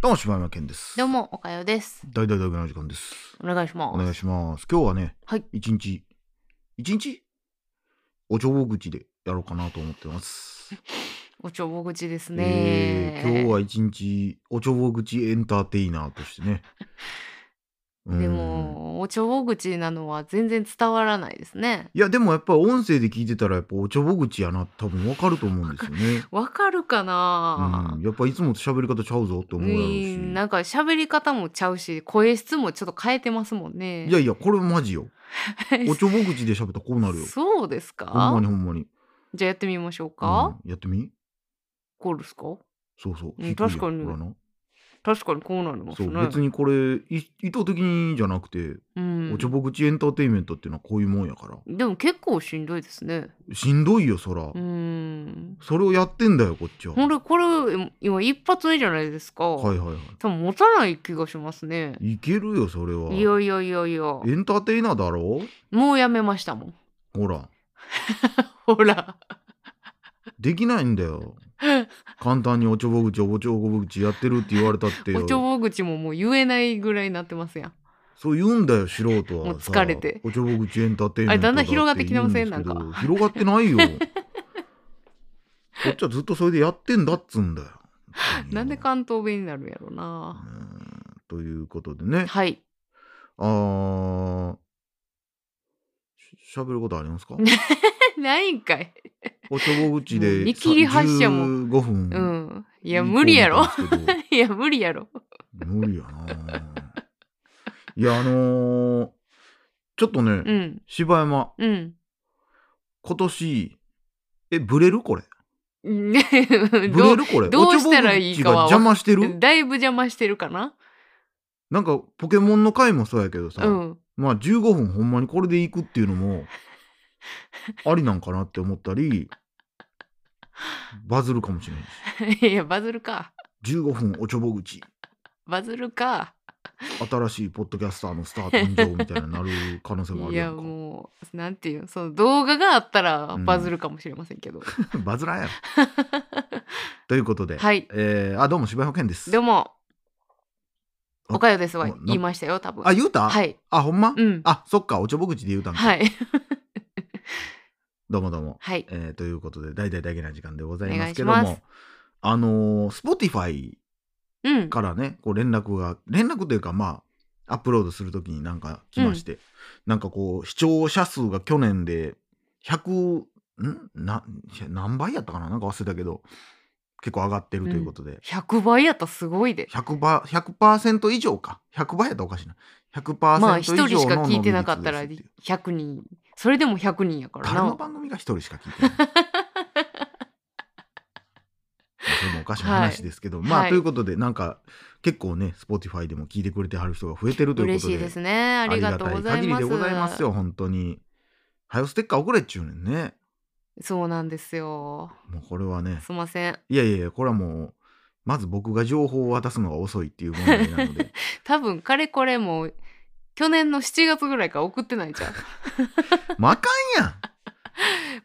どうも、柴山健です。どう。も、おかよです。大大大の時間です。お願いします。お願いします。今日はね、はい一日、一日、おちょぼ口でやろうかなと思ってます。おちょぼ口ですえね、ー今日は一日、おちょぼ口エンターテイナーとしてね。うん で。も、おちょぼ口なのは全然伝わらないですね。いや、でもやっぱ音声で聞いてたら、やっぱおちょぼ口やな、多分わかると思うんですよ ね。わかるかうな、ん、やっぱいつもと喋り方ちゃうぞってう思うやろうし。ん、なんか喋り方もちゃうし、声質もちょっと変えてますもんね。い やいや、これマジよ。おちょぼ口で喋ったらこうなるよ。そうですほんまかにほんまに。じゃあやってみましょうか。うんやってみこうですかそうそう。う低んいやん確かにほらな確かにこうなりますそね。う、別にこれ、い意図的にじゃなくて、うんおちょぼ口エンターテインメントっていうのはこういうもんやから。でも結構しんどいですね。しんどいよ、そら。うん。それをやってんだよ、こっちは。ほんはで、これ、今一発目じゃないですか。いはいは多分持たない気がしますね。い。いけるよ、それは。いやいやいやいや。エンターテイナーだろもうやめましたもん。 ほら。ほら。できないんだ よ。簡単におちょぼ口、おちょぼ口やってるって言われたってよおちょぼ口ももう言えないぐらいになってますやん。そう言うんだよ素人はもうさ疲れておちょぼ口エンターテインあメンれトだんだんって言う広がってきてませんですけどなん広がってないよこっちはずっとそれでやってんだっつうんだよ なんでう関東弁になるんやろな。んということでねはい。 あーしゃべることありますかないんかい。おちょぼ口もうで見切り発車も15分うん。いや、無理やろ。 いや、無理やろ。無理やないやあのーちょっとね、うん。柴山うん。今年えブレるこれねブどレうるこれどうしたらいいかはおちょぼ口が邪魔してるだいぶ邪魔してるかな。なんかポケモンの回もそうやけどさ、うん。 まあ15分ほんまにこれでいくっていうのもありなんかなって思ったりバズるかもしれないいや、バズるか。し15分おちょぼ口バズるか。新しいポッドキャスターのスター誕生みたいになる可能性もあいるややんかもうなんていうその動画があったらうんバズるかもしれませんけど、 バズらんやろということで、はいえーあどうも柴山健ですでも「あおかよです」はな言いましたよ多分あ言うた、はいあほんま、うんあそっかおちょぼ口で言うたんか、はい どうもどうもはいえーということで大々大げな時間でございおま願すいけしどますもあのー Spotify うんからねこう連絡が連絡というかまあアップロードするときになんか来まして、なんかこう視聴者数が去年で100んな何倍やったかななんか忘れたけど結構上がってるということで、 100倍やったらすごいで 100%, ば100以上か100倍やったらおかしいな100%以上のまあ一人しか聞いてなかったら伸び率ですっていう100人それでも100人やから誰のな番組が一人しか聞い てないまあそれもおかしな話ですけど、まあ、はいということでなんか結構ね Spotify でも聞いてくれてはる人が増えてるという嬉ことでしいですねありがとうござあいりまがたい限りすでございますよ本当にはよステッカー送れっちゅうねんねそうなんですよもうこれはねすいませんいやいやいやこれはもうまず僕が情報を渡すのが遅いっていう問題なの で多分かれこれもう去年の7月ぐらいから送ってないじゃんまああかんやん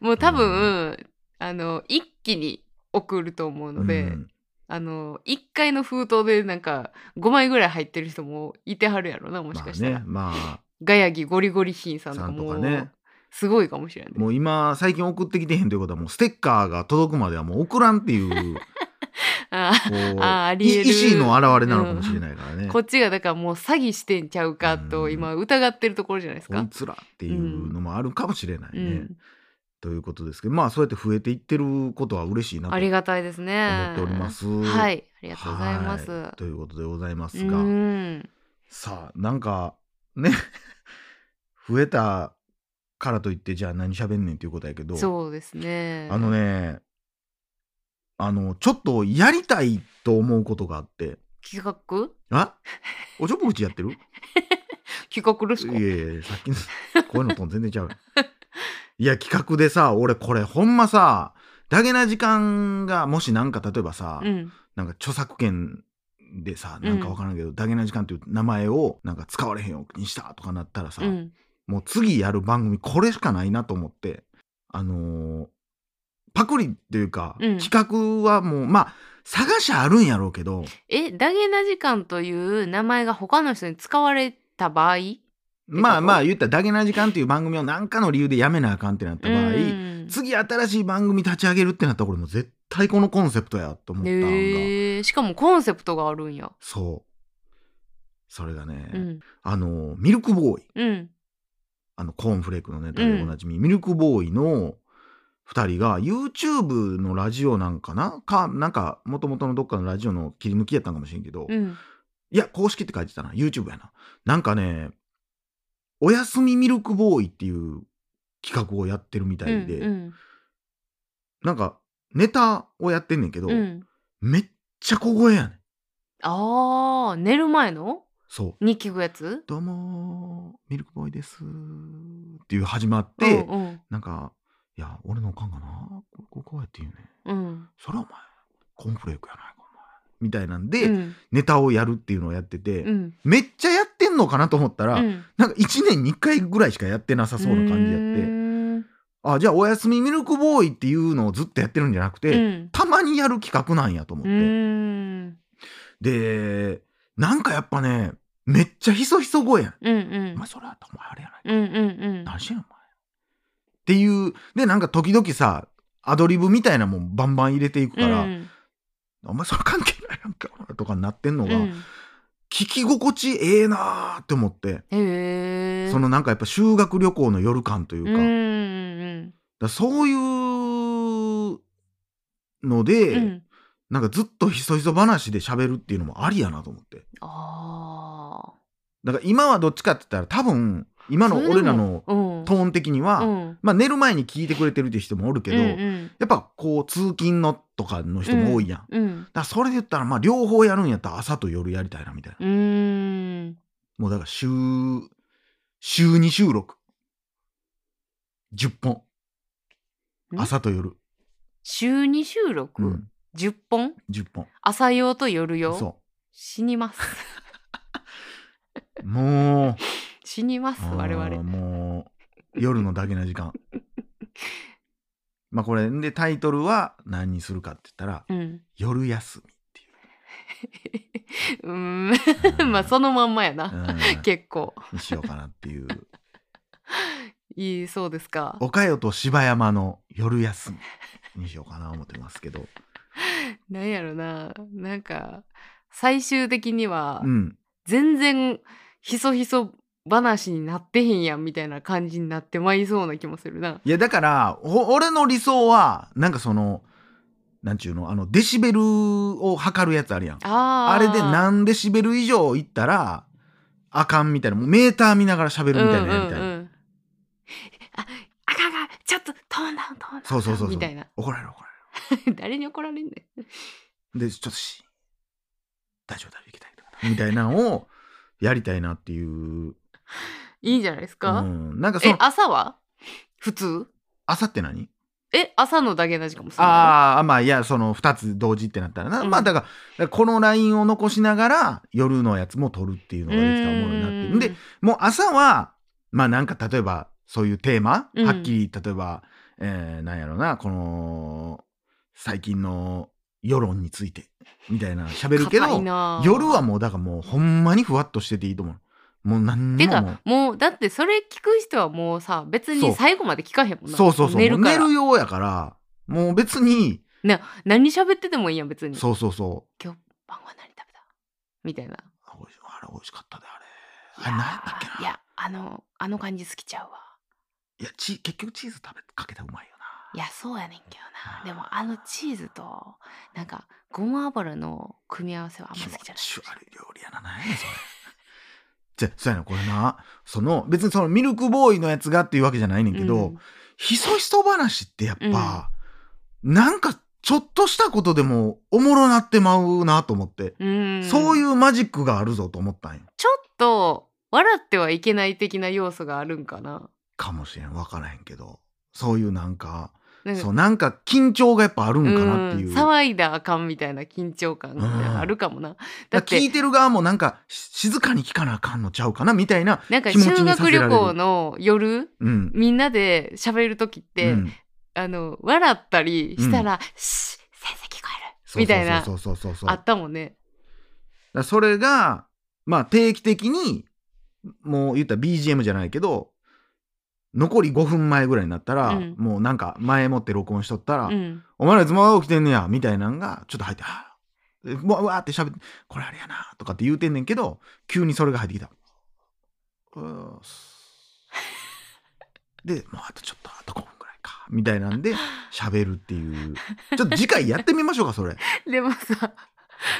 もう多分、あの一気に送ると思うので、うんあの1回の封筒でなんか5枚ぐらい入ってる人もいてはるやろなもしまあかしたら、ねまあガヤギゴリゴリヒ ンさんとさかんともかう、ねすごいかもしれないもう今最近送ってきてへんということはもうステッカーが届くまではもう送らんっていうあこうあーありいえる意思の表れなのかもしれないからね。ーこっちがだからもう詐欺してんちゃうかうとん今疑ってるところじゃないですこかい。つらっていうのもあるかもしれないうね。ん、ということですけどまあそうやって増えていってることは嬉しいなとありがたいです思ね。っております。ははいい、ありがとうございます。ということでございますうが、ん、さあなんかね 増えたからといってじゃあ何喋んねんっていうことやけどそうですね。あのねあのちょっとやりたいと思うことがあって企画あおちょぼ口やってる企画ですか。いやいやさっきのこういうのと全然ちゃう いや企画でさ俺これほんまさダゲな時間がもしなんか例えばさ、うん、なんか著作権でさうんなんかわからんけど、ダゲな時間っていう名前をなんか使われへんようにしたとかなったらさ、うん、もう次やる番組これしかないなと思ってあのーパクリっていうか、うん企画はもうまあ探しゃあるんやろうけどえダゲな時間という名前が他の人に使われた場合まあまあ言ったら「ダゲな時間」っていう番組を何かの理由でやめなあかんってなった場合、うん次新しい番組立ち上げるってなったらこれもう絶対このコンセプトやと思ったんが、へえしかもコンセプトがあるんや、そうそれがね、うんあのミルクボーイうんあのコーンフレークのネタでおなじみ、ミルクボーイの2人が YouTube のラジオなんかなかなんかもともとのどっかのラジオの切り抜きやったんかもしれんけど、うんいや公式って書いてたな YouTube やななんかね「おやすみミルクボーイ」っていう企画をやってるみたいで、うんなんかネタをやってんねんけど、うんうんめっちゃ小声やねんあー寝る前のそうに聞くやつ「どうもミルクボーイです」っていう始まって、うんなんか「いや俺のおかんがなこここうやって言うねんうんそれはお前コーンフレークやないかお前」みたいなんうで、んネタをやるっていうのをやってて、うんめっちゃやってんのかなと思ったら、うんなんか1年に1回ぐらいしかやってなさそうな感じやってあじゃあ「おやすみミルクボーイ」っていうのをずっとやってるんじゃなくて、うんたまにやる企画なんやと思っうて、んでなんかやっぱねめっちゃひそひそ声やん、うんうんお前それやったらお前あれやないか、うんうん何してんのお前っていうでなんか時々さアドリブみたいなもんバンバン入れていくうんから、うんお前それ関係ないやんかとかなってんのが、うん聞き心地ええなーって思って、へえそのなんかやっぱ修学旅行の夜感といううか,、んうだからんそういうのうんで、うんなんかずっとひそひそ話で喋るっていうのもありやなと思ってああだから今はどっちかって言ったら多分今の俺らののトーン的には、うんまあ、寝る前に聞いてくれてるって人もおるけど、うんやっぱこう通勤のとかの人も多いやん、だかうんうんらそれで言ったらまあ両方やるんやったら朝と夜やりたいなみたいな、うーんもうだから週週2収録10本ん朝と夜、週2収録、うん、 10本10本朝用と夜用そ死 にますうもう死にますあー 我々もう夜のだけな時間まあこれでタイトルは何にするかって言ったらうん 「夜休うーみ」ん まあそののまんまやな、結構にしようかなっていういいそうですか 岡代と芝山の「夜休み」にしようかな思ってます けどなんやろななんか最終的にはうん全然ひそひそ話になってへんやんみたいな感じになってまいそうな気もするないやだからお俺の理想はなんかそのなんちゅうのあのデシベルを測るやつあるやんあーあれで何デシベル以上いったらあかんみたいなもうメーター見ながら喋るみたいなやりたい、うんうんうんああかんあかんちょっとトーンダウントーンダウンそうそうそうそうみたいな怒られる怒ら 誰に怒られんねんれるでちょっとし大丈夫大丈夫いけたいけたみたいなのをやりたいなっていう、いいんじゃないですうか、ん、なんかそえの朝は普通朝って何え朝のだけな時間もするのああまあいやその2つ同時ってなったらな、うんまあだからだからこのラインを残しながら夜のやつも撮るっていうのができたらおもろいなっていううんでもう朝はまあなんか例えばそういうテーマ、うんはっきり例えば、えーなんやろなこの最近の世論についてみたいな喋るけど硬いな夜はもうだからもうほんまにふわっとしてていいと思うもう何にてももうかもうだってそれ聞く人はもうさ別そにう最後まで聞かへんもんなそうそうそう寝るからもう寝るようやからもう別に何喋っててもいいやん別にそうそうそう晩ご飯何食べたみたいなあ美味しあれ美味しかったであいれあやれなんだっけないやあのあの感じ好きちゃうわいやチー結局チーズ食べかけたらうまいよいやそうやねんけあーどなでもあのチーズとなんかごま油の組み合わせはあなんま気好持きじゃないち悪い料理やな何やねんそれ じゃあそうやなこれなその別にそのミルクボーイのやつがっていうわけじゃないねんけど、うんひそひそ話ってやっぱ、なんかちょっとしたことでもおもろなってまうなと思って、うんそういううマジックがあるぞと思ったんよちょっと笑ってはいけない的な要素があるんかなかもしれん分からへんけどそういうなんか、なんかそうなんか緊張がやっぱあるんかなっていう、うん騒いだあかんみたいな緊張感があるかもな、だだっから聞ていてる側もなんかし静かに聞かなあかんのちゃうかなみたいな、なんか気持ちに修させ学られる旅行の夜うんみんなで喋る時って、うんあの笑ったりしたら「シッ先生聞こえる」そうそうそうみたいなそうそうそうそうあったもんだねからそれが、まあ、定期的にもう言ったら BGM じゃないけど残り5分前ぐらいになったら、うんもうなんか前もって録音しとったら「うんお前らいつまで起きてんねや」みたいなんがちょっと入って「あーうわうわ」って喋って「これあれやな」とかって言うてんねんけど急にそれが入ってきた。うーすでもうあとちょっとあと5分ぐらいかみたいなんで喋るっていうちょっと次回やってみましょうかそ れでもさ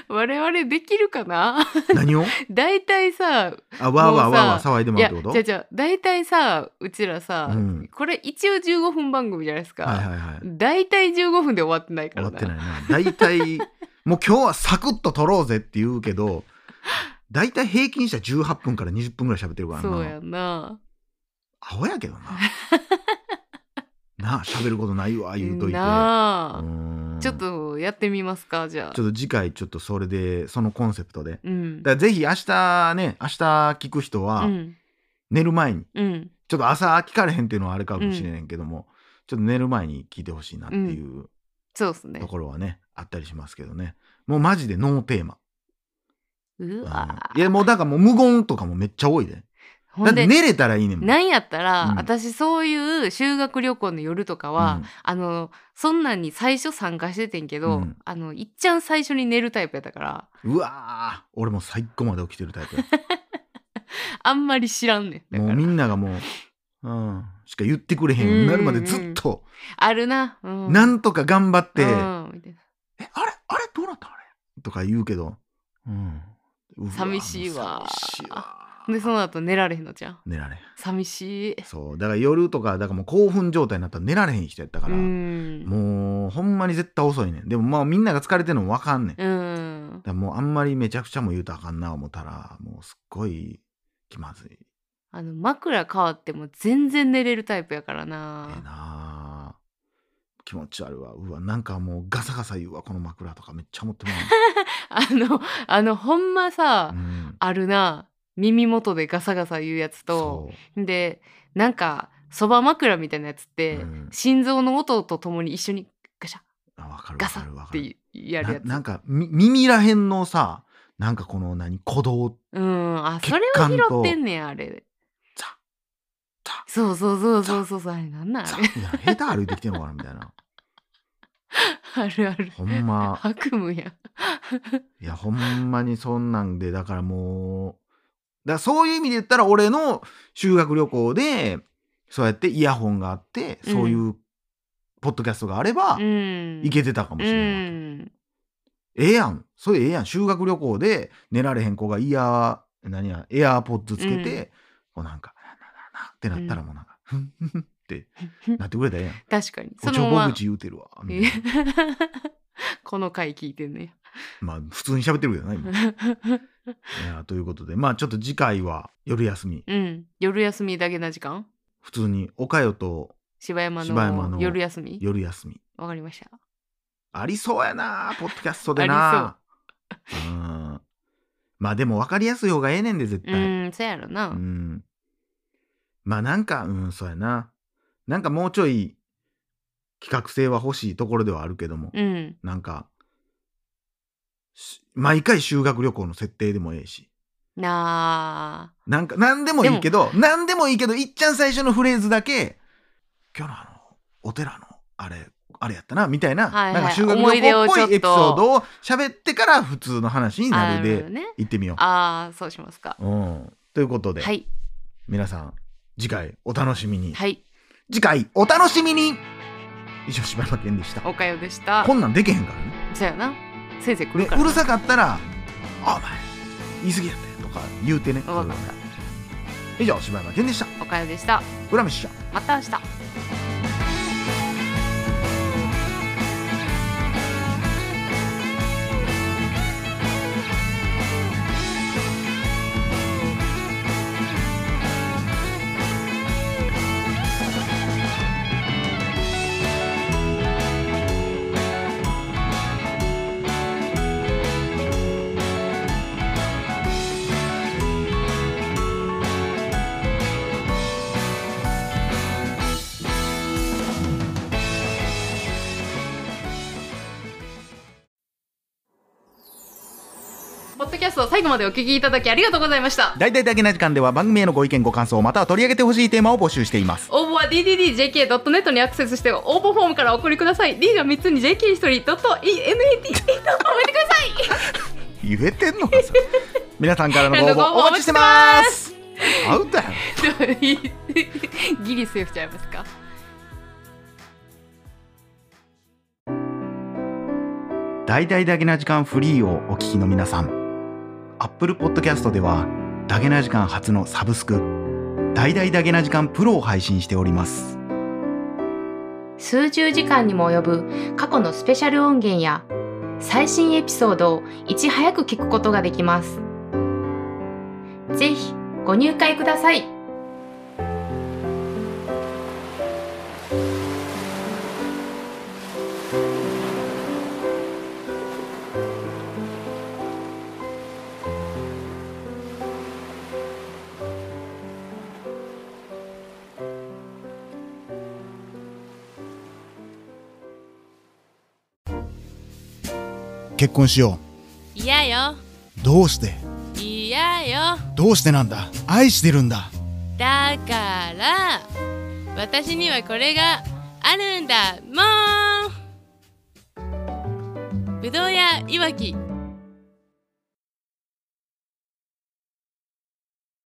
我々できるかな 何を大体さあわーわーもうわさーわー騒いでもいらうっやてことじゃあじゃあ大体さうちらさ、うんこれ一応15分番組じゃないですか、はいはいはい。大体15分で終わってないか終らわなってないな。大体、もう今日はサクッと撮ろうぜって言うけど、大体平均したら18分から20分ぐらい喋ってるからそうやな。んなアホやけど な。なあ、喋ることないわ、言うといて。なあ、うーんちょっ。とやってみますかじゃあちょっと次回、ちょっとそれで、そのコンセプトで。うんだからぜひ明日ね、明日聞く人はう、ん寝る前に、うんちょっと朝聞かれへんっていうのはあれかもしれないけども、ちょっと寝る前に聞いてほしいなっていうそうですねところはね、あったりしますけどね。もうマジでノーテーマ。うわうんいやもうだからもう無言とかもめっちゃ多いで。ほだっんでて寝れたらいいねんもん。なんやったら、うん私そういう修学旅行の夜とかは、うんあのそんなんに最初参加しててんけど、うんあのいっちゃん最初に寝るタイプやったからうわー俺もう最後まで起きてるタイプや。あんまり知らんねんだもかうみらんながもう、うん、しか言ってくれへんようになるまでずっと、あるな、うん、なんとか頑張って、うんみたいなえ、あれあれどうなったあれとか言うけど、うん。うわ寂しいわもう寂しいわでその後寝られへんのじゃん寝られへん。寂しいそう。だから夜とか、だからもう興奮状態になったら寝られへん人やったから、うんもうほんまに絶対遅いねん。でもまあみんなが疲れてるのもわかんねん。うんだからもうあんまりめちゃくちゃも言うたらあかんな思ったらもうすっごい気まずい、あの枕変わっても全然寝れるタイプやからええななあ気持ち悪いわうわなんかもうガサガサ言うわこの枕とかめっちゃ持ってもあのあのほんまさ、らう、う ん、あるな耳元でガサガサ言うやつとそうでなんかそば枕みたいなやつって、うん心臓の音とともに一緒にガシャあわかるガわサかるわっかるてやるやつななんかみ耳らへんのさなんかこの何鼓動うんあそれ血は管拾っとてんねやあれザッザッそうそうそうそうそうそうあれなんなんあザれみたいな下手歩いてきてんのかなみたいなあるあるほんま 悪夢やいや、ほんまにそんなんで、だからもう、だからそういう意味で言ったら、俺の修学旅行で、そうやってイヤホンがあって、うんそういうポッドキャストがあればう、んいけてたかもしれない、うん ええやん。それええやん。修学旅行で寝られへん子がイヤー、何や、エアーポッドつけて、こうなんか、ななななってなったらもうなんか、ふんふんふんってなってくれたらええ やん。確かにおそちょのまぼま口言うてるわ。みたいな この回聞いてんね まあ、普通に喋ってるけどな、 今。いやということで、まあ、ちょっと次回は夜休み。うん夜休みだけな時間普通に、おかよと柴山柴山のの夜休み夜休みわかりましたありそうやなポッドキャストで なうんまあでも分かりやすい方がええねんで絶う対んそやろな、うんまあなんかうんそうやななんかもうちょい企画性は欲しいところではあるけども、うん、なんかし毎回修学旅行の設定でもええしなあなんか何でもいいけど何でもいいけどいっちゃん最初のフレーズだけ今日のあのお寺のあれあれやったなみたいな,、はいはいなんか修学旅行っ思い出をちょぽっといエピソードを喋ってから普通の話になるあーなるほでどね行ってみよああそうしますかう。うん、ということで、はい皆さん次回お楽しみに、はい次回お楽しみに以上柴山健でしたおかよでしたこんなんでけへんからねそやな先生来でるからうるさかったら「あお前言い過ぎやったよ」とか言うてねわかった以上柴山健でしたおかよでした浦飯ちゃんまた明日ポッドキャストを最後までお聞きいただきありがとうございました大体だけな時間では番組へのご意見ご感想または取り上げてほしいテーマを募集しています応募は DDDJK.net にアクセスして応募フォームからお送りください D が3つに JK1 人 .net とおめてください言えてんの かそれ皆さんからのご応募お待ちしてますアウトやん ギリセーフちゃいますか大々だげな時間フリーをお聞きの皆さん Apple Podcast ではだげな時間初のサブスク大々だげな時間プロを配信しております数十時間にも及ぶ過去のスペシャル音源や最新エピソードをいち早く聞くことができますぜひご入会ください結婚しよ嫌ようどうして嫌よどうしてなんだ愛してるんだだから私にはこれがあるんだもんぶどうやいわき